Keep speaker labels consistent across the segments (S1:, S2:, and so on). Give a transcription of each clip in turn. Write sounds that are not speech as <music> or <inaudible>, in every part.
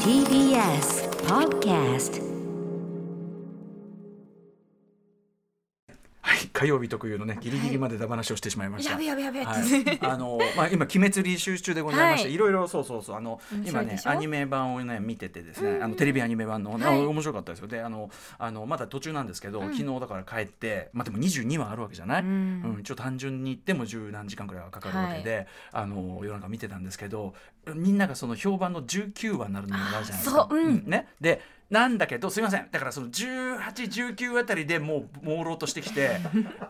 S1: TBS Podcast
S2: はい、火曜日特有のねギリギリまでダ話をしてしまいました。
S3: やべやべやべ
S2: はい、 <laughs> あのまあ今鬼滅リ集中でございまして、
S3: はい
S2: い、ろいろそうそうそうあの
S3: 面
S2: 今
S3: 白い
S2: ね
S3: でしょ
S2: アニメ版をね見ててですね、あのテレビアニメ版の、ね
S3: はい
S2: 面白かったですよであのあのまだ途中なんですけど、昨日だから帰ってまあでも22話あるわけじゃない、うん
S3: ん
S2: 一応単純に言っても十何時間くらいはかかるわけで、あの夜中見てたんですけどみんながその評判の19話になるのがあるじゃないですか。
S3: あそううん
S2: ねでなんだけどすみませんだからその1819あたりでもう朦朧としてき
S3: <laughs>
S2: て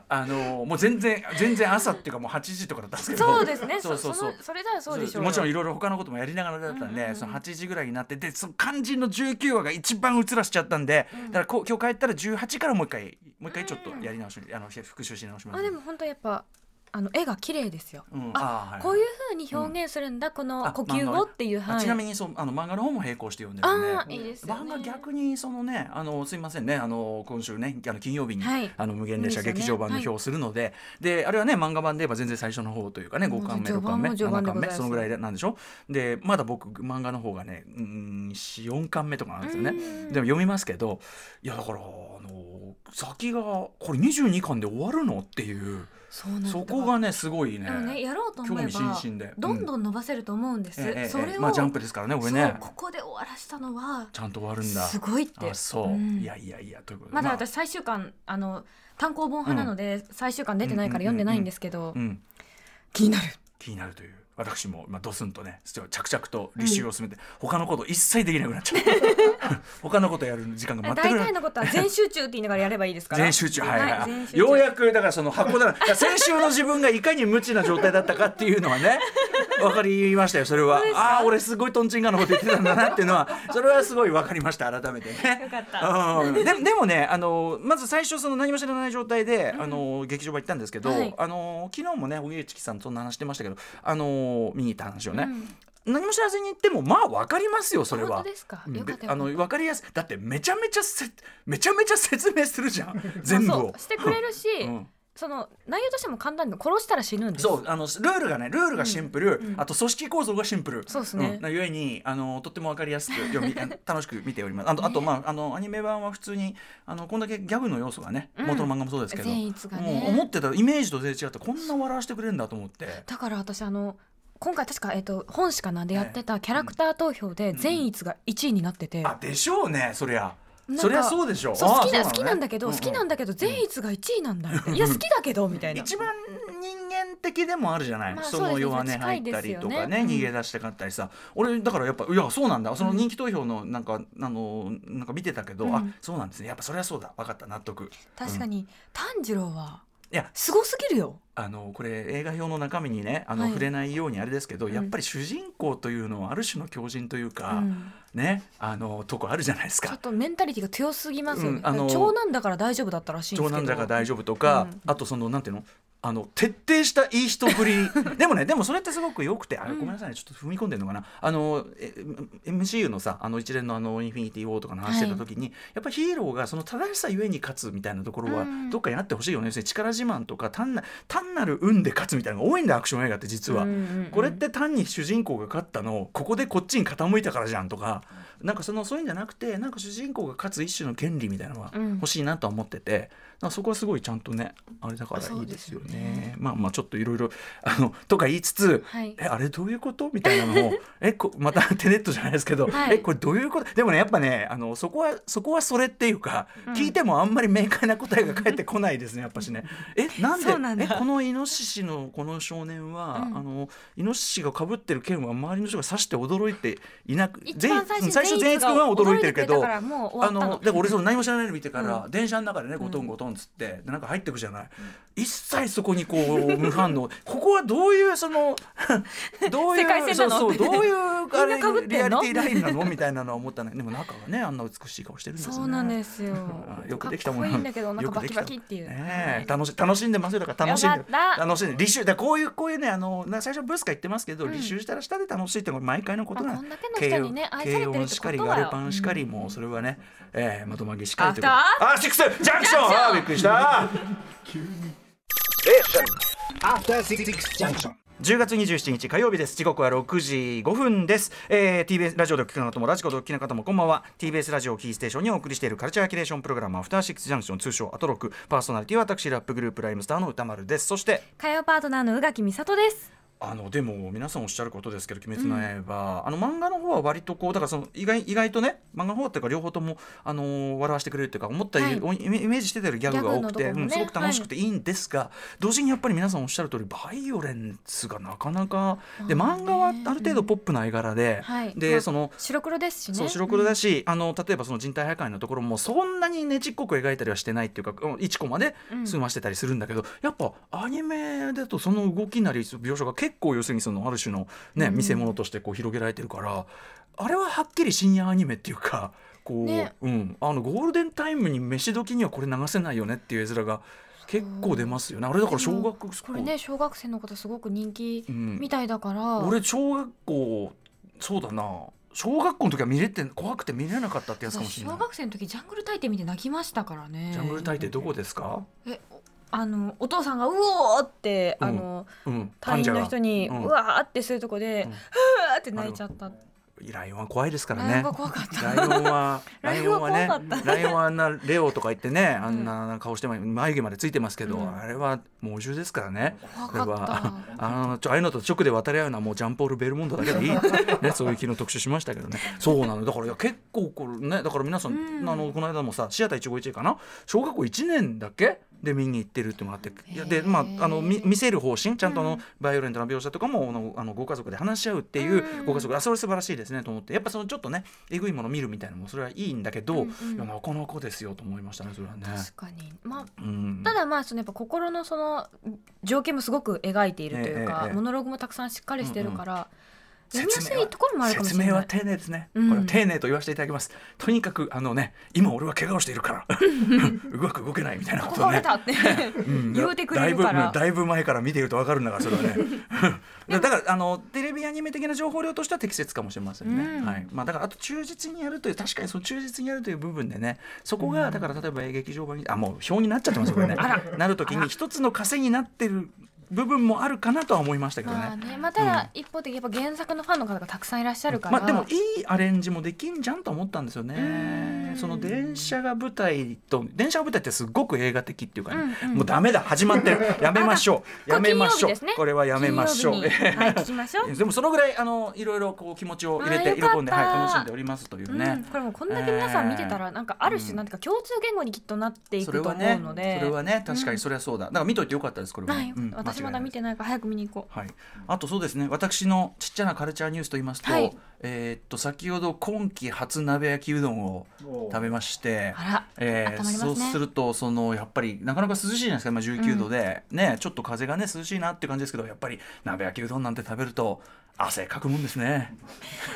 S2: あのもう全然全然朝っていうかもう8時とかだったんですけど
S3: そうですね。
S2: そ
S3: そう
S2: そうそう
S3: そのそれならそうでしょうよ。
S2: もちろんいろいろ他のこともやりながらだったんで、
S3: うんうんうん
S2: その8時ぐらいになってでその肝心の19話が一番映らしちゃったんで、だからこう今日帰ったら18からもう一回もう一回ちょっとやり直し、あの復習し直します
S3: あでも本当やっぱあの絵が綺麗ですよ。
S2: うんあーはい
S3: あこういう風に表現するんだこ
S2: あ
S3: の呼吸をっていう
S2: あ
S3: はい。
S2: ちなみにそうあの漫画の方も並行して読んでるんで
S3: あーいいですよね。
S2: 漫画逆にそのねあのすいませんねあの今週ねあの金曜日に、
S3: はい
S2: あの無限列車
S3: いいです
S2: 劇場
S3: よね
S2: 版の表をするので,、であれはね漫画版で言えば全然最初の方というかね
S3: もう
S2: 5巻目6
S3: 序
S2: 巻
S3: 盤
S2: 目
S3: も序
S2: 7
S3: 盤
S2: 巻
S3: でござ
S2: 目
S3: います
S2: そのぐらいでなんでしょでまだ僕漫画の方がねうーん4巻目とかなんですよね
S3: うん
S2: でも読みますけどいやだからあの先がこれ22巻で終わるのっていう
S3: そうなんだ
S2: そこがねすごいね
S3: でもねやろうと思
S2: 興
S3: え
S2: 味津
S3: ば
S2: 々で
S3: どん
S2: う
S3: どん伸ばせると思うんです。
S2: ええええ
S3: それを、
S2: まあジャンプですからね俺
S3: そう
S2: ね
S3: ここで終わらしたのは
S2: ちゃんと終わるんだ
S3: すごいって
S2: あ。そう、
S3: うん
S2: いやいやいやということで
S3: まだ
S2: あ
S3: 私最終巻あの単行本派なので最終巻出てないから読んでないんですけど
S2: うん
S3: 気になる。
S2: 気になるという私も、まあ、ドスンとねちょ着々と履修を進めて、他のこと一切できなくなっちゃった
S3: <laughs>
S2: 他のことやる時間が全
S3: 大
S2: くな
S3: 体
S2: い
S3: のことは全集中って言いながらやればいいですから。
S2: 全集中はい、はい
S3: 全集中
S2: ようやくだからその箱だから <laughs> 先週の自分がいかに無知な状態だったかっていうのは
S3: <laughs>
S2: ね分かりましたよそれはああ俺すごいとんちんかんなこと言ってたんだなっていうのはそれはすごい分かりました改めてね
S3: よかった。
S2: うんで
S3: <laughs>
S2: でもねあのまず最初その何も知らない状態で、あの劇場場行ったんですけど、
S3: はい
S2: あの昨日もね荻上チキさんとそんな話してましたけどあの見に行った話をね、何も知らずに行ってもまあ分かりますよそれは
S3: 本当。ですか。
S2: で
S3: よかったよかった
S2: あの分かりやすいだってめちゃめちゃせめちゃめちゃ説明するじゃ
S3: <laughs>
S2: ん全部
S3: そ
S2: を
S3: う。してくれるし、
S2: うん
S3: その内容としても簡単で殺したら死ぬんです
S2: そうあのルールがねルールがシンプル、
S3: うん
S2: あと組織構造がシンプル
S3: そうっすね
S2: んなゆえにあのとっても分かりやすく読みあの楽しく見ておりますあと,、あとまああのアニメ版は普通にあのこんだけギャグの要素がね、
S3: うん
S2: 元の漫画もそうですけど、
S3: 善逸が
S2: もう思っ
S3: ね
S2: てたイメージと全然違ってこんな笑わせてくれるんだと思って
S3: だから私あの今回確か、えっと本誌かなでやってたキャラクター投票で
S2: ん
S3: 善逸が1位になってて、
S2: あでしょうねそりゃ
S3: なんか
S2: そりゃそうでしょ
S3: そう好きな
S2: あー
S3: 好き
S2: のね
S3: なんだけど、
S2: うう
S3: 好きなんだけど善逸が1位なんだっていや好きだけどみたいな
S2: 一番人間的でもあるじゃない、
S3: まあ
S2: そ
S3: そう
S2: の
S3: ですね
S2: 弱音
S3: 近
S2: 入っ
S3: いで
S2: た
S3: す
S2: り
S3: よ
S2: と
S3: ね
S2: かね
S3: うん
S2: 逃げ出してかったりさ俺だからやっぱいやそうなんだその人気投票のなんか、あのなんか見てたけど、
S3: うん
S2: あそうなんですねやっぱそれはそうだ分かった納得
S3: 確かに炭治郎はい
S2: や
S3: すごすぎるよ
S2: あのこれ映画表の中身にねあの、
S3: はい
S2: 触れないようにあれですけど、
S3: うん
S2: やっぱり主人公というのはある種の強靭というか、
S3: うん
S2: ねあのとこあるじゃないです
S3: ちょ
S2: か
S3: っとメンタリティが強すぎますよね、
S2: うんあの
S3: 長男だから大丈夫だったらしいんです
S2: 長
S3: けど
S2: 男だから大丈夫とか、
S3: うん
S2: あとそのなんていうのあの徹底したいい人ぶ
S3: <laughs>
S2: りでもねでもそれってすごく良くてあごめんなさいねちょっと踏み込んでるのかなあのえ MCU のさあの一連のあのインフィニティ・ウォーとかの話してた時に、やっぱヒーローがその正しさゆえに勝つみたいなところは
S3: うん
S2: どっかにあってほしいよね、要するに力自慢とか単な単なる運で勝つみたいなのが多いんだアクション映画って実は。
S3: うんうんうん
S2: これって単に主人公が勝ったのをここでこっちに傾いたからじゃんとかなんかそのそういうんじゃなくてなんか主人公が勝つ一種の権利みたいなのは
S3: うん
S2: 欲しいなとは思ってて、なんかそこはすごいちゃんとねあれだからいいですよね
S3: そうですよね
S2: まあまあちょっといろいろあのとか言いつつ、
S3: はい
S2: えあれどういうことみたいな
S3: <laughs>
S2: のをえこまたテネットじゃないですけど、
S3: はい
S2: えこれどういうことでもねやっぱねあのそこはそこはそれっていうか、聞いてもあんまり明快な答えが返ってこないですねやっぱし
S3: <laughs>
S2: ね。えなんで
S3: そうなんだ
S2: えこのイノシシのこの少年は、
S3: うん
S2: あのイノシシがかぶってる剣は周りの人が刺して驚いていなく
S3: 一番最初
S2: 全員最初善逸君は驚いてるけど
S3: だからもう終わ
S2: あ
S3: ったの
S2: のだから俺その何も知らないの見てから、電車の中でねゴトンゴトンつって、でなんか入ってくじゃない、一切そこにこう無反応ここはどういうそ
S3: <laughs>
S2: のどういう
S3: 世界線なの
S2: そうそうどういうあれ
S3: みんな被ってんの
S2: リアリティラインなのみたいなのは思ったねでも中はねあんな美しい顔してるんですね。
S3: そうなんですよ
S2: よくできたもん
S3: かっこいいんだけど、なんかバキバキっていう。
S2: ね
S3: は
S2: え
S3: い
S2: 楽し楽しんでますよだから楽しんで
S3: よかった
S2: 楽しんで履修だからこういうこういうねあのな最初ブスカ言ってますけど、履修したら下で楽しいってこれ毎回のことな
S3: まあこんだけの人にね愛されてるってことは
S2: しかりガルパンしかり、もうそれはね、えー、まとまぎしかりという
S3: アフ
S2: あシックスジャンクションあ
S3: ジャンクション
S2: ーびっくりした
S4: After Six Junction.
S2: 10月27日火曜日です時刻は6時5分です、えー、TBS ラジオでお聞きの方もラジコでお聞きの方もこんばんは TBS ラジオキーステーションにお送りしているカルチャーキュレーションプログラムアフターシックスジャンクション通称アトロクパーソナリティは私ラップグループライムスターの歌丸ですそして
S3: 火曜パートナーの宇垣美里です
S2: あのでも皆さんおっしゃることですけど「鬼滅の刃」あの漫画の方は割とこうだからその意外意外とね漫画の方っていうか両方とも、あのー笑わせてくれるっていうか思ったより、
S3: は
S2: おイメイメージしてたよりギャグが多くて、
S3: ギャグのとこもね
S2: うんすごく楽しくていいんですが、同時にやっぱり皆さんおっしゃる通りバイオレンスがなかなかで
S3: まあね
S2: 漫画はある程度ポップな絵柄で、
S3: はい
S2: で、
S3: まあ
S2: その。
S3: 白黒ですしね
S2: そう白黒だし、あの例えばその人体破壊のところもそんなにねちっこく描いたりはしてないっていうかうん1コマで
S3: うん
S2: 済ましてたりするんだけど、やっぱアニメだとその動きなり描写が結構要するにそのある種の、ね
S3: うん
S2: 見せ物としてこう広げられてるからあれははっきり深夜アニメっていうか。こう
S3: ね
S2: うん、あのゴールデンタイムに飯時にはこれ流せないよねっていう絵面が結構出ますよねあれだから小学
S3: こ
S2: 校、
S3: れね小学生の方すごく人気
S2: うん
S3: みたいだから、
S2: 俺小学校そうだな小学校の時は見れて怖くて見れなかったってやつかもし
S3: 私
S2: れな
S3: 小
S2: い
S3: 学生の時ジャングル大帝見て泣きましたからね
S2: ジャングル大帝どこですか、
S3: えおあのお父さんがうおーって、
S2: うん
S3: あの
S2: うん、
S3: 隊員の人に、
S2: う
S3: うんわーってするとこで、
S2: う
S3: うんわーって泣いちゃった、
S2: ライオンは怖いですから
S3: ライ
S2: ね
S3: ブが怖かった
S2: ライオンは <laughs> ラ
S3: ラ
S2: イ
S3: イ
S2: オ
S3: オ
S2: ン
S3: ン
S2: は
S3: は
S2: ね
S3: 怖かった
S2: ライオンはあんなレオとか言ってねあんな顔して眉毛までついてますけど、
S3: うん
S2: あれは猛獣ですからね
S3: 怖
S2: これ
S3: かっ
S2: は
S3: た
S2: あのちょああいうのと直で渡り合うのはもうジャンポール・ベルモンドだけ
S3: <laughs>
S2: でいい、ね、そういう昨日特集しましたけどねそうなのだからいや結構これねだから皆さん、
S3: うん
S2: あのこの間もさシアター151かな小学校1年だっけで見に行ってるってもらっていやで、
S3: へー
S2: まあ、あのみ見せる方針ちゃんとあの、
S3: うん
S2: バイオレントな描写とかもあのあのご家族で話し合うっていう、
S3: うん
S2: ご家族あそれ素晴らしいですねと思ってやっぱそのちょっとねえぐいもの見るみたいなのもそれはいいんだけど、
S3: うんうん
S2: いやなかなかですよと思いましたねそれはね。
S3: 確かにまあ
S2: うん
S3: ただまあそのやっぱ心のその情景もすごく描いているというか、
S2: ええええ
S3: モノローグもたくさんしっかりしてるから、
S2: うんうん
S3: 読みやすいところもあるかもしれ
S2: 説
S3: ない
S2: 明は丁寧ですね、
S3: うん
S2: これは丁寧と言わせていただきますとにかくあのね今俺は怪我をしているから
S3: <laughs>
S2: うまく動けないみたいなことを
S3: 壊
S2: ね
S3: れたっ
S2: <laughs>
S3: て、
S2: うん
S3: 言うてくれるか
S2: だいぶ
S3: ら
S2: うんだいぶ前から見ているとわかるんだからそれはね
S3: <laughs>
S2: だだからあのテレビアニメ的な情報量としては適切かもしれませんね、
S3: うん
S2: はいまあ、だからあと忠実にやるという確かにその忠実にやるという部分でねそこがだから例えば劇場版にあもう表になっちゃってますよこれね
S3: あら
S2: なるときに一つの稼ぎになってる部分もあるかなとは思いましたけどね
S3: まあねまあただ一方的にやっぱ原作のファンの方がたくさんいらっしゃるから、
S2: まあ、でもいいアレンジもできんじゃんと思ったんですよね
S3: うん
S2: その電車が舞台と電車が舞台ってすごく映画的っていうかね、
S3: うんうん
S2: もうダメだ始まって
S3: <laughs>
S2: るやめましょうやめましょう
S3: これ金曜日ですね
S2: これはやめましょう
S3: 金曜日にはい聞きましょう、
S2: でもそのぐらいあのいろいろこう気持ちを入れ
S3: あ
S2: て
S3: ーよかった
S2: 喜んで、はい、楽しんでおりますという
S3: うん、
S2: ね、
S3: これもこんだけ皆さん見てたら、なんかある
S2: う
S3: 種
S2: ん
S3: なんていうか共通言語にきっとなってい
S2: そ
S3: く
S2: れ
S3: と思
S2: は
S3: う
S2: ね
S3: の
S2: そ
S3: で、
S2: れはね確かにそれはそうだ、だから見といてよかったですこれは、
S3: はい
S2: うん
S3: 私まだ見てないから早く見に行こう
S2: はい、あとそうですね私のちっちゃなカルチャーニュースと言いますと,、
S3: はい
S2: えーっと先ほど今季初鍋焼きうどんを食べまして
S3: あら
S2: えー
S3: 温まります
S2: そ
S3: ね
S2: うするとそのやっぱりなかなか涼しいじゃないですか今19度で、ね、ちょっと風がね涼しいなって感じですけどやっぱり鍋焼きうどんなんて食べると汗かくもんですね。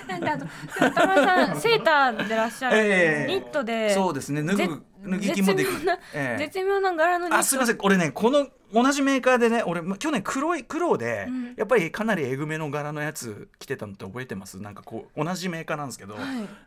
S3: なんであと田村さんセーターでらっしゃ
S2: <laughs>
S3: る、
S2: ええ
S3: ニットで
S2: そうですね脱
S3: ぜ
S2: ぐ脱ぎ着もできる
S3: 絶妙な、
S2: ええ
S3: 絶妙な柄のニット
S2: あすみません俺ねこの同じメーカーでね俺去年黒い黒で、
S3: うん
S2: やっぱりかなりえぐめの柄のやつ着てたのって覚えてますなんかこう同じメーカーなんですけど、
S3: はい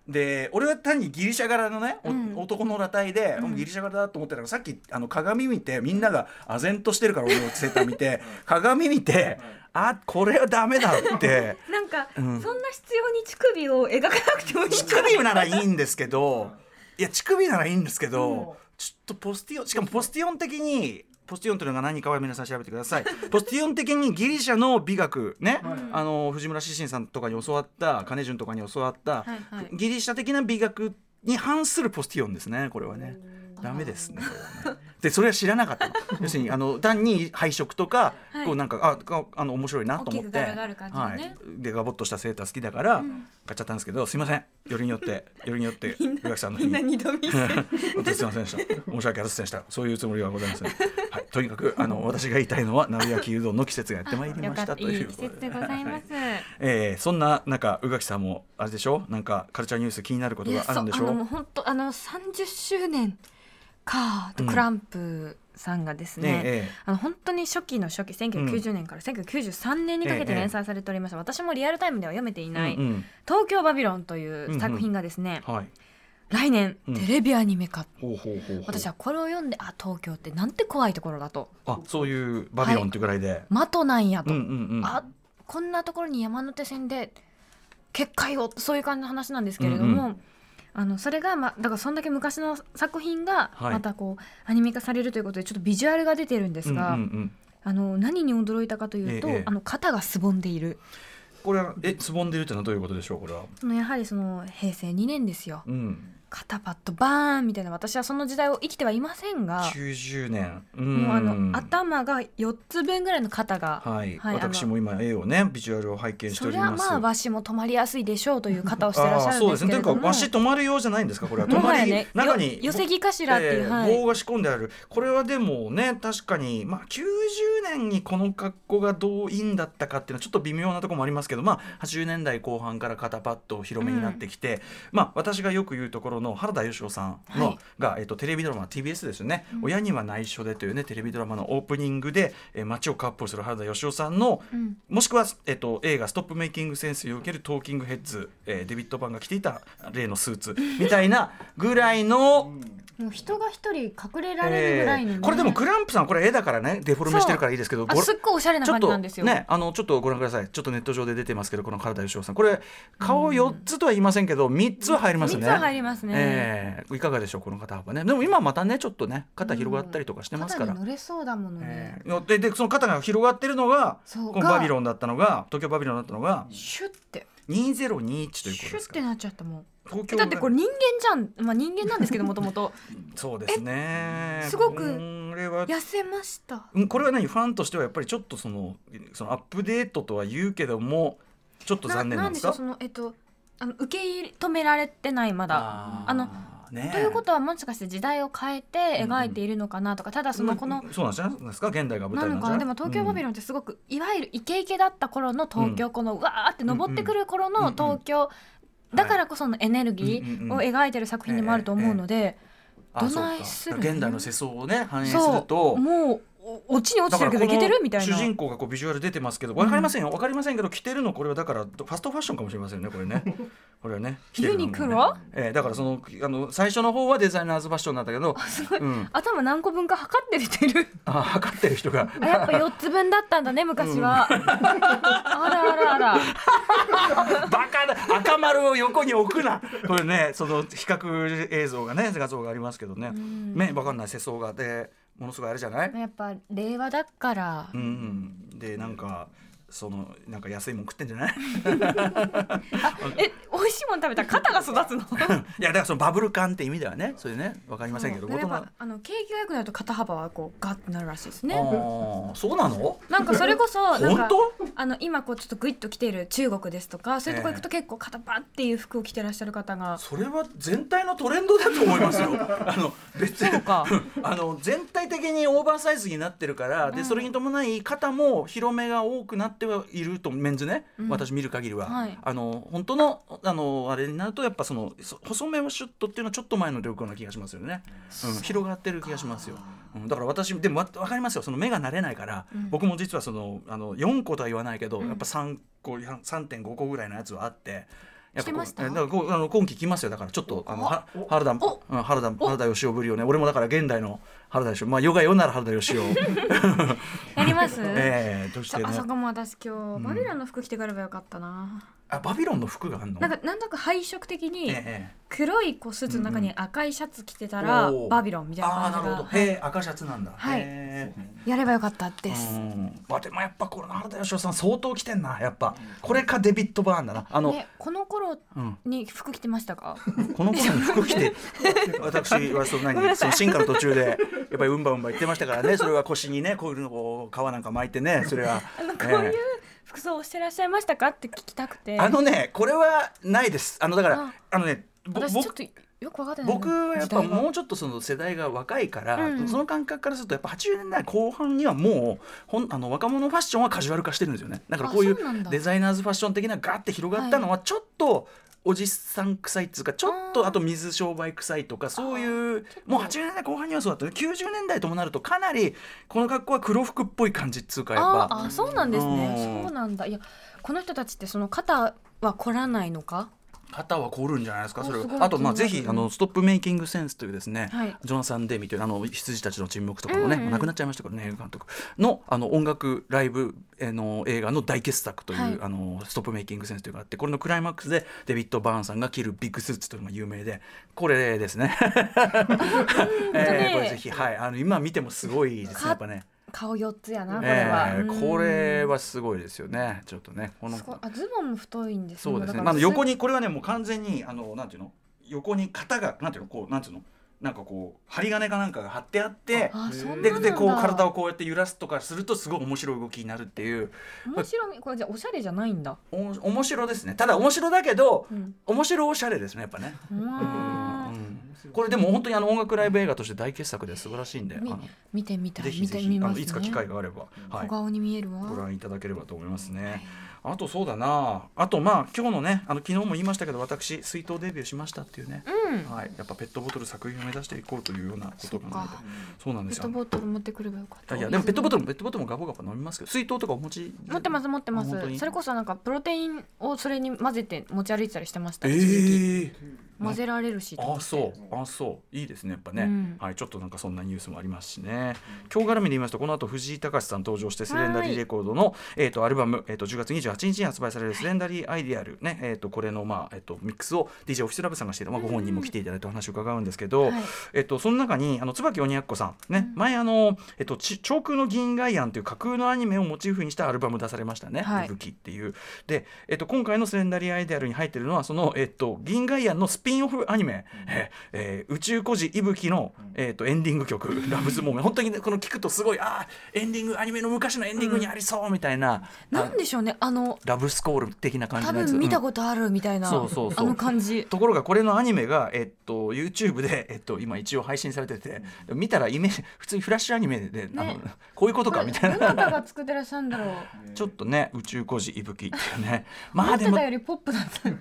S2: で俺は単にギリシャ柄のね、お
S3: うん
S2: 男の裸体で、
S3: うん
S2: ギリシャ柄だと思ってたらさっきあの鏡見てみんなが唖然としてるから俺のセーター見 <laughs> て鏡見てあこれはダメだって。
S3: なんか、
S2: うん
S3: そんな必要に乳首を描かなくてもいい
S2: 乳首ならいいんですけどいや乳首ならいいんですけど、ちょっとポスティオンしかもポスティオン的にポスティオンというのが何かは皆さん調べてくださ <laughs> いポスティオン的にギリシャの美学ね、あの藤村志信さんとかに教わった金潤とかに教わった、
S3: はいはい
S2: ギリシャ的な美学に反するポスティオンですねこれはねダメですねこれはねでそれは知らなかった
S3: <laughs>
S2: の要するにあの単に配色とか、
S3: はい
S2: こうなんかあかあの面白いなと思っ
S3: 大きく
S2: て
S3: 柄がある感じのね
S2: はい、でガボッとしたセーター好きだから、買っちゃったんですけどすいませんよりによってよりによって
S3: <laughs> みん
S2: 宇
S3: な
S2: 垣さんの
S3: みんな二度見して
S2: <laughs> 私すいませんでした申し訳ありませんでしたそういうつもりはございません、はい、とにかくあ
S3: <laughs>
S2: の私が言いたいのは鍋焼きうどんの季節がやってまいり
S3: よ
S2: まし
S3: か
S2: た
S3: った
S2: と
S3: い
S2: い
S3: いう季
S2: こと
S3: 節
S2: で
S3: でございます
S2: えーそんな中宇垣さんもあれでしょなんかカルチャーニュース気になること
S3: い
S2: が
S3: や
S2: あ
S3: そ
S2: る
S3: う
S2: んでしょ
S3: あのもう本当あの30周年かと
S2: うん
S3: クランプさんがですね、
S2: ねえ
S3: あの本当に初期の初期1990年から1993年にかけて連載されておりました、私もリアルタイムでは読めてい
S2: え
S3: ない「
S2: うん
S3: 東京バビロン」という作品がですね、
S2: うんはい
S3: 来年
S2: うん
S3: テレビアニメ化、
S2: ほうほうほうほう
S3: 私はこれを読んであ東京ってなんて怖いところだと
S2: あそういうバビロンっていうぐらいで、
S3: 的なんやと、
S2: うんうんうん
S3: あこんなところに山手線で結界をそういう感じの話なんですけれども、
S2: うん
S3: あのそれが、まあ、だからそんだけ昔の作品が
S2: はい
S3: またこう、アニメ化されるということでちょっとビジュアルが出てるんです
S2: うん
S3: が、
S2: うんうん
S3: あの何に驚いたかというと、
S2: ええ
S3: あの肩がすぼんでいる
S2: これはえつぼんでるってのはどういうことでしょうこれは、
S3: そのやはりその平成2年ですよ
S2: うん、
S3: 肩パッとバーンみたいな私はその時代を生きてはいませんが、
S2: 90年
S3: もうあの
S2: 頭
S3: 頭が4つ分ぐらいの肩が、
S2: はい、
S3: はいあの
S2: 私も今絵をねビジュアルを拝見して
S3: そ
S2: おり
S3: りゃ
S2: ます
S3: まあわしも止まりやすいでしょうという肩をしてらっし
S2: あー
S3: ゃるん
S2: そう
S3: で
S2: ですすね
S3: け
S2: とい
S3: れ
S2: う
S3: ど
S2: か
S3: も
S2: わし止まるようじゃないんですかこれは止
S3: も
S2: ま
S3: はや
S2: り、
S3: ね
S2: 中に
S3: よ寄せ木かしらっていう、
S2: えー
S3: はい
S2: 棒が仕込んであるこれはでもね確かに、まあ、90年にこの格好がどういいんだったかっていうのはちょっと微妙なところもありますけど、まあ、80年代後半から肩パッと広めになってきて、まあ、私がよく言うところの原田芳雄さんの、
S3: はい
S2: が、えっとテレビドラマ TBS ですよね、
S3: うん
S2: 親には内緒で」という、ね、テレビドラマのオープニングで、えー街をカップルする原田芳雄さんの
S3: うん
S2: もしくは、えっと、映画「ストップメイキングセンス」におけるトーキングヘッズ、えーデビッド・バンが着ていた例のスー
S3: <laughs>
S2: ツみたいなぐらいの。
S3: もう人が一人隠れられるぐらいのね、
S2: えーこれでもグランプさんこれ絵だからねデフォルメしてるからいいですけど
S3: あ
S2: ご
S3: すっごいおしゃれな
S2: ちょ
S3: 感
S2: っ
S3: じな
S2: と
S3: んですよ、
S2: ねあのちょっとご覧くださいちょっとネット上で出てますけどこの原田芳雄さんこれ顔4つとは言いませんけど3つは入りますね。
S3: 3つは入りますね
S2: えーいかがでしょうこの肩幅ねでも今またねちょっとね肩広がったりとかしてますから
S3: 肩に。乗れそうだものね
S2: え、ーででその肩が広がってるのが
S3: そう
S2: この
S3: が
S2: バビロンだったのが東京バビロンだったのが
S3: シュッて
S2: 2021というこ
S3: シ
S2: と
S3: ュ
S2: です
S3: ッ
S2: か
S3: てなっちゃったもん
S2: 東
S3: え
S2: 京
S3: だってこれ人間じゃん、まあ、人間なんで
S2: <laughs>
S3: すけどもともと
S2: そうですね
S3: えすごく
S2: これは
S3: 痩せました
S2: うんこれは何ファンとしてはやっぱりちょっとそのそのアップデートとは言うけどもちょっと残念なんですか
S3: ななんでしょうそのえっとあの受け止められてないまだ
S2: あ
S3: あの
S2: ーねえ
S3: ということはもしかして時代を変えて描いているのかなとか、ただそのこの、
S2: うんそうなんじゃないですか現代が舞
S3: な
S2: 台なんじ
S3: の
S2: ゃ
S3: か
S2: な
S3: ないでも東京バビロンってすごく、いわゆるイケイケだった頃の東京、
S2: う
S3: このわーって登ってくる頃の東京、
S2: うん
S3: だからこそのエネルギ
S2: うんうん
S3: ー
S2: うん
S3: を描いてる作品でもあると思うので、
S2: あ
S3: どな
S2: そ
S3: い
S2: うか
S3: するの
S2: 現代の世相をね反映する
S3: そ
S2: と
S3: うもうお落ちに落
S2: だ
S3: ち
S2: か
S3: て
S2: らこ
S3: るけ
S2: の
S3: どいけてるみたい
S2: 主
S3: な
S2: 人公がこうビジュアル出てますけどわかりませんよわかりませんけど着てるのこれはだからファストファッションかもしれませんねこれ
S3: <laughs>
S2: ねこれはね着てるのもね
S3: ユニクロ
S2: えーだからそのあの最初の方はデザイナーズファッションなんだけど
S3: すごい、
S2: うん
S3: 頭何個分か測って出
S2: <laughs>
S3: てる
S2: あ測ってる人
S3: <laughs>
S2: が
S3: あやっぱ4つ分だったんだね昔は、あらあらあら
S2: バカだ赤丸を横に置くなこれねその比較映像がね画像がありますけどね
S3: ん
S2: ね分かんない世相がでものすごいあれじゃない、
S3: やっぱ令和だから
S2: うんうん、でなんかそのなんか安いもん食ってんじゃない <laughs>
S3: え美味しいもの食べたら肩が育つの
S2: いやだからそのバブル感って意味ではねそれね分かりませんけど
S3: そうやっ
S2: 大
S3: ぱあの景気が良くなると肩幅はこうガッてなるらしいです
S2: 人
S3: ね
S2: あ。ーそうなの
S3: なんかそれこそなん
S2: 本
S3: か
S2: 当
S3: あの今こうちょっとグイッと来ている中国ですとかそういうとこ行くと結構肩パンっていう服を着てらっしゃる方が、
S2: それは全体のトレンドだと思い
S3: <laughs>
S2: ますよ。あの別に
S3: そうか
S2: <laughs> あの全体的にオーバーサイズになってるから、でそれに伴い肩も広めが多くなってはいるとメンズね、
S3: うん
S2: 私見る限りは、
S3: はい
S2: あの本当のあのあれになるとやっぱそのそ細めをシュッとっていうのはちょっと前の旅行な気がしますよね。うん、広がってる気がしますよ。うん、だから私でもわわかりますよその目が慣れないから、
S3: うん
S2: 僕も実はそのあの4個とは言わないけど、
S3: ん
S2: やっぱ3個や3.5個ぐらいのやつはあって。やっぱこう
S3: してま
S2: え
S3: した
S2: だからこうあの今期来ますよだからちょっとあの
S3: お
S2: は原田
S3: お
S2: うん原田原田義雄ぶりをね俺もだから現代の原田義雄まあヨガよなら原田
S3: <laughs>
S2: 義雄
S3: やります、
S2: ええとして
S3: そう
S2: ね
S3: あそこも私今
S2: ん
S3: 日バビロンの服着てくればよかったな、
S2: あバビロンの服があんの
S3: なんかなんとなく配色的
S2: え
S3: に
S2: えええ
S3: 黒いこうスーツの中に赤いシャツ着てたら、
S2: おー
S3: バビロンみたいな
S2: ああな
S3: 感じ
S2: る
S3: が
S2: ほどへえ赤シャツなんだ
S3: はい
S2: へえ
S3: やればよかったです、
S2: うんまあでもやっぱこの原田芳雄さん相当来てんなやっぱこれかデビッド・バーンだなあの、
S3: ね、この頃
S2: うん、
S3: に服着てましたか
S2: この頃に服着て <laughs> 私はその何その進化の途中でやっぱりうんばうんば言ってましたからねそれは腰にねこういうのを皮なんか巻いてねそれは。
S3: あのこ
S2: え
S3: う
S2: え
S3: いう服装をしてらっしゃいましたかって聞きたくて
S2: あのねこれはないですあのだからあ
S3: あ
S2: のねぼ
S3: 私ちょっ
S2: 僕
S3: とよく分かってない
S2: 僕はやっぱ
S3: 時代が
S2: もうちょっとその世代が若いから、
S3: うん
S2: その感覚からするとやっぱ80年代後半にはもうほんあの若者ファッションはカジュアル化してるんですよねだからこうい
S3: あそうなん
S2: う
S3: だ
S2: デザイナーズファッション的なガッて広がったのはちょっとおじさん臭いっつうかちょっとあと水商売臭いとかそういうもう80年代後半にはそうだったね90年代ともなるとかなりこの格好は黒服っぽい感じっつうかやっ
S3: あ
S2: ぱ
S3: あそうなんですね
S2: うん
S3: そうなんだいやこの人たちってその肩は凝らないのか
S2: 肩は凝るんじゃないですかそれ
S3: あすごい
S2: あとまあ
S3: 気にな
S2: ぜ
S3: る
S2: ひあのストップメイキングセンスというですね、
S3: はい
S2: ジョナサン・デミというあの羊たちの沈黙とかもね、
S3: うんうん
S2: もう亡くなっちゃいましたからね映画監督のあの音楽ライブえーの映画の大傑作という、
S3: はい
S2: あのストップメイキングセンスというのがあってこれのクライマックスでデビッド・バーンさんが着るビッグスーツというのが有名でこれですね。 <laughs> えーこれぜひはいあの今見てもすごいですねやっぱね。
S3: 顔四つやなこれは、
S2: えー
S3: うん
S2: これはすごいですよねちょっとねこの
S3: すごいあズボンも太いんです
S2: そうですね。
S3: だ
S2: まあ
S3: から
S2: あの横にこれはねもう完全にあのなんていうの横に型がなんていうのこうなんていうのなんかこう針金かなんかが貼ってあって
S3: あそんな
S2: で
S3: なんだ
S2: でこう体をこうやって揺らすとかするとすごい面白い動きになるっていう
S3: 面白みこれじゃあおしゃれじゃないんだ、
S2: お面白ですね。ただ面白だけど
S3: うん、
S2: 面白おしゃれですねやっぱね。
S3: うわ
S2: う
S3: ー
S2: んこれでも本当にあの音楽ライブ映画として大傑作で素晴らしいんで、あ
S3: み
S2: の
S3: 見てみたい
S2: ぜひ
S3: 見
S2: ぜ
S3: て
S2: ひ、
S3: み
S2: あ
S3: ます
S2: の
S3: ね
S2: いつか機会があれば、はい
S3: 小、顔に見えるわ
S2: ご覧いただければと思いますね。
S3: はい
S2: あとそうだなあとまあ今日のねあの昨日も言いましたけど私水筒デビューしましたっていうね、
S3: うん
S2: はい、やっぱペットボトル作品を目指していこうというようなことが
S3: そっ
S2: な
S3: か
S2: そうなんで
S3: ペ
S2: す
S3: ッ
S2: よ
S3: トボトル持ってくればよかった
S2: いやでもペットボト
S3: ル
S2: ルもペットボトルもガボガボ飲みますけど水筒とかお持ち
S3: 持ってます持ってま
S2: あ本当
S3: す
S2: に
S3: それこそなんかプロテインをそれに混ぜて持ち歩いてたりしてました
S2: ええ
S3: 一時期
S2: ー
S3: 混ぜられるし
S2: あそうあそういいですねやっぱね、
S3: うん
S2: はいちょっとなんかそんなニュースもありますしね今日絡みで言いますとこの後藤井隆さん登場してスレンダリーレコードのえっ、とアルバムえっ、と10月28日に発売されるスレンダリーアイディアルねえっ、とこれのまあえっ、とミックスを DJ オフィスラブさんがしているまあご本人も来ていただいてお話を伺うんですけど、
S3: はい
S2: えっ、とその中にあの椿鬼奴さんね、
S3: うん
S2: 前あのえっ、とち長空の銀河案という架空のアニメをモチーフにしたアルバム出されましたね、
S3: はい
S2: 武器っていうで、えっと、今回の「スレンダリーアイデアル」に入ってるのはその、えっと、銀河イアンのスピンオフアニメ「ええー宇宙孤児いぶきの」えっと、エンディング
S3: <laughs>
S2: 曲「ラブズモーメン」本当にねこの聞くとすごいあーエンディングアニメの昔のエンディングにありそうみたいな、
S3: な
S2: あ
S3: んでしょうねあの
S2: ラブスコール的な感じ
S3: 多
S2: のやつ
S3: 分見
S2: う
S3: た
S2: ん
S3: ことあるみたいな、
S2: そうそうそう
S3: あの感じ
S2: ところがこれのアニメが、えっと、YouTube で、えっと、今一応配信されてて、見たらイメージ普通にフラッシュアニメで、あの
S3: ね
S2: こういうことかみたいな
S3: どなたが作ってらっしゃるんだろう
S2: ちょっとね宇宙孤児いぶきっていうねま <laughs>
S3: 思
S2: あ
S3: っ
S2: で
S3: て
S2: も
S3: たよりポップだった
S2: うん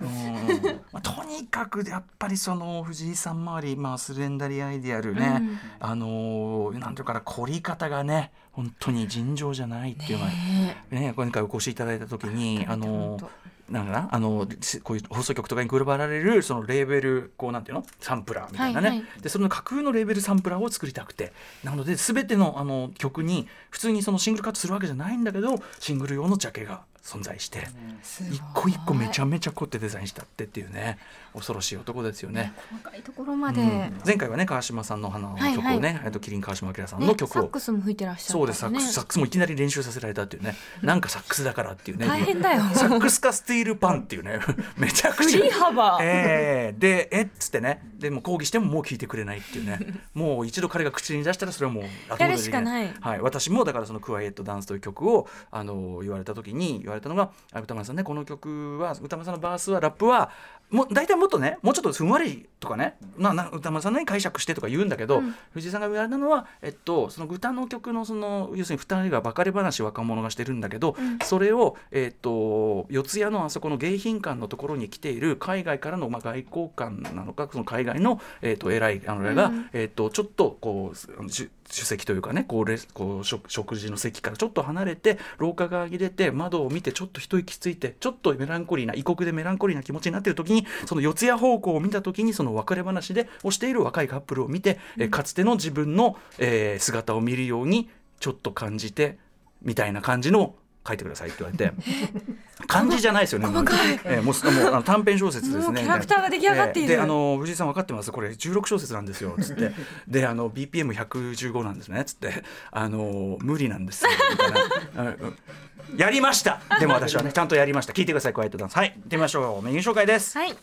S2: まあ、とにかくやっぱりその藤井さん周り、まあ、スレンダリーアイディアルね、
S3: うん
S2: あのーなんていうかな凝り方がね本当に尋常じゃないっていうのは
S3: ね
S2: ね今回お越しいただいた時にあの
S3: 本
S2: なんかなあのしこういう放送局とかに配られるそのレーベルこうなんていうのサンプラーみたいなね、
S3: はいは
S2: でその架空のレーベルサンプラーを作りたくてなので全てのあの曲に普通にそのシングルカットするわけじゃないんだけどシングル用のジャケが存在して。
S3: すごい
S2: 一個一個めちゃめちゃ凝ってデザインしたってっていうね恐ろしい男ですよね。
S3: 細かいところま
S2: う
S3: で、
S2: ん、前回はね川島さんの花の曲をね、
S3: はいはい
S2: えっとキリン川島明さんの曲
S3: ねサ
S2: を、
S3: ックスも吹いてらっしゃる
S2: そうですサッ
S3: ね
S2: クスサックスもいきなり練習させられたっていうねなんかサックスだからっていうね
S3: 大変だよ
S2: <laughs> サックスかスティールパンっていうね <laughs> めちゃくち
S3: 振り
S2: ゃ。 <laughs>
S3: 幅、
S2: ええでえっつってねでも抗議してももう聞いてくれないっていうねもう一度彼が口に出したらそれはもう後戻りでき
S3: やるしかない
S2: はい、私もだからその「クワイエット・ダンス」という曲をあの言われた時に言われたのがあ歌丸さんねこの曲は歌丸さんのバースはラップはもう大体もっとねもうちょっとふんわりとかねなな歌丸さんなりに解釈してとか言うんだけど、
S3: うん
S2: 藤井さんが言われたのは、えっと、その歌の曲のその要するに2人が別れ話若者がしてるんだけど、
S3: うん
S2: それを、えっと、四谷のあそこの迎賓館のところに来ている海外からの、まあ、外交官なのかその海外の、えっと、偉いあのが、
S3: うん
S2: えっと、ちょっとこうすあのし主席というかねこうレスこう食食事の席からちょっと離れて廊下側に出て窓を見てちょっと一息ついてちょっとメランコリーな異国でメランコリーな気持ちになっている時にその四谷方向を見た時にその別れ話でをしている若いカップルを見て、えーかつての自分の、えー姿を見るようにちょっと感じてみたいな感じの書いてくださいって言われ
S3: <laughs>
S2: て漢字じゃないですよね
S3: 細かい
S2: もうえーもうすもうあの短編小説ですね
S3: もうキャラクターが出来上がっている
S2: であの藤井さん分かってますこれ16小節なんですよつって <laughs> であの BPM115 なんですねつってあの無理なんですよみたいなうんうんやりましたでも私はねちゃんとやりました聞いてくださいクワイエットダンスはい行ってみましょうメニュー紹介です
S3: はい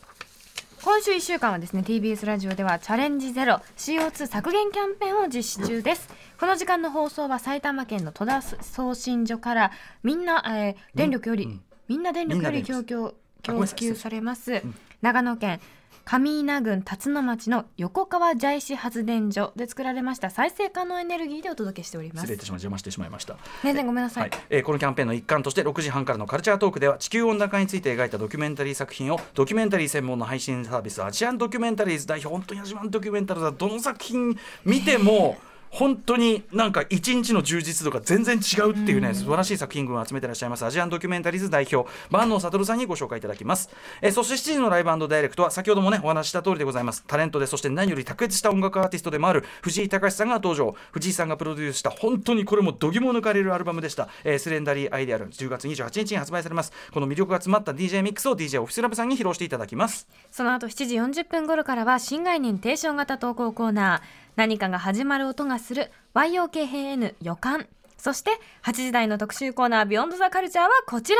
S3: 今週1週間はですね TBS ラジオではチャレンジゼロ CO2 削減キャンペーンを実施中ですこの時間の放送は埼玉県の戸田送信所からみんな、えー電力より、みんな電力より
S2: みんな
S3: 供
S2: 電
S3: 給
S2: あごめん
S3: 供
S2: なさい
S3: 給されます、長野県上稲郡辰野町の横川ジャイ市発電所で作られました再生可能エネルギーでお届けしております
S2: 失礼いたしました邪魔してしまいました
S3: 全然ごめんなさ
S2: はいい、えーこのキャンペーンの一環として6時半からのカルチャートークでは地球温暖化について描いたドキュメンタリー作品をドキュメンタリー専門の配信サービスアジアンドキュメンタリーズ代表本当にアジアンドキュメンタリーズはどの作品見ても本当になんか一日の充実度が全然違うっていうね、素晴らしい作品群を集めてらっしゃいますアジアンドキュメンタリーズ代表万能悟さんにご紹介いただきます、えーそして7時のライブダイレクトは先ほどもねお話しした通りでございますタレントでそして何より卓越した音楽アーティストでもある藤井隆さんが登場藤井さんがプロデュースした本当にこれも度肝を抜かれるアルバムでした、えースレンダリーアイデアル10月28日に発売されますこの魅力が詰まった DJ ミックスを DJ オフィスラブさんに披露していただきます
S3: その後7時40分頃からは新概念提唱型投稿コーナー何かが始まる音がする YOKHN 予感そして8時台の特集コーナービヨンドザカルチャーはこちら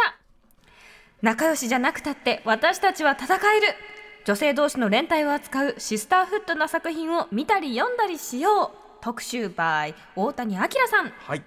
S3: 仲良しじゃなくたって私たちは戦える女性同士の連帯を扱うシスターフットな作品を見たり読んだりしよう特集 by 大谷明さん
S2: はい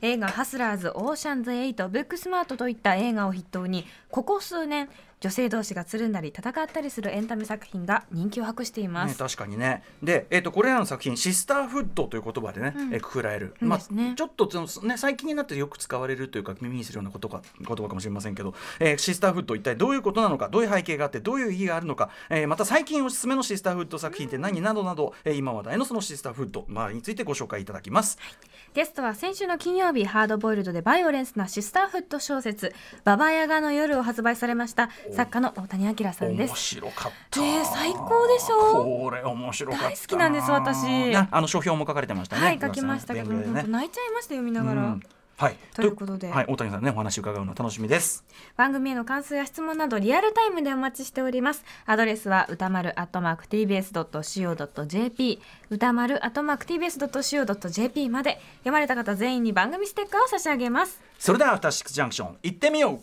S3: 映画「ハスラーズ」「オーシャンズ8」「ブックスマート」といった映画を筆頭にここ数年女性同士がつるんだり戦ったりするエンタメ作品が人気を博していま
S2: ね、
S3: す。
S2: 確かにねで、えー、とこれらの作品シスターフッドという言葉でね、えーくくられる、
S3: うん
S2: ま
S3: ですね
S2: ちょっとその、ね、最近になってよく使われるというか耳にするようなことか言葉かもしれませんけど、えーシスターフッド一体どういうことなのかどういう背景があってどういう意義があるのか、えーまた最近おすすめのシスターフッド作品って何などなど、えー今話題のそのシスターフッド、まあ、についてご紹介いただきます。
S3: ゲストは先週の金曜日ハードボイルドでバイオレンスなシスターフット小説「ババヤガの夜」を発売されました作家の大谷明さんで
S2: 面
S3: す。
S2: 白かった、
S3: ねえ最高でしょ
S2: これ面白かった
S3: 大好きなんです私
S2: ねあの書評も書かれてましたね
S3: はい書きましたけど、
S2: 弁護で
S3: 本当
S2: ね
S3: 泣いちゃいました読みなが
S2: う
S3: ら。
S2: んはい、
S3: ということで
S2: はい、大谷さんねお話伺うの楽しみです。
S3: 番組への感想や質問などリアルタイムでお待ちしておりますアドレスは歌丸アットマーク TBS.CO.JP 歌丸アットマーク TBS.CO.JP まで読まれた方全員に番組ステッカーを差し上げます
S2: それではアフターシックスジャンクション行ってみよう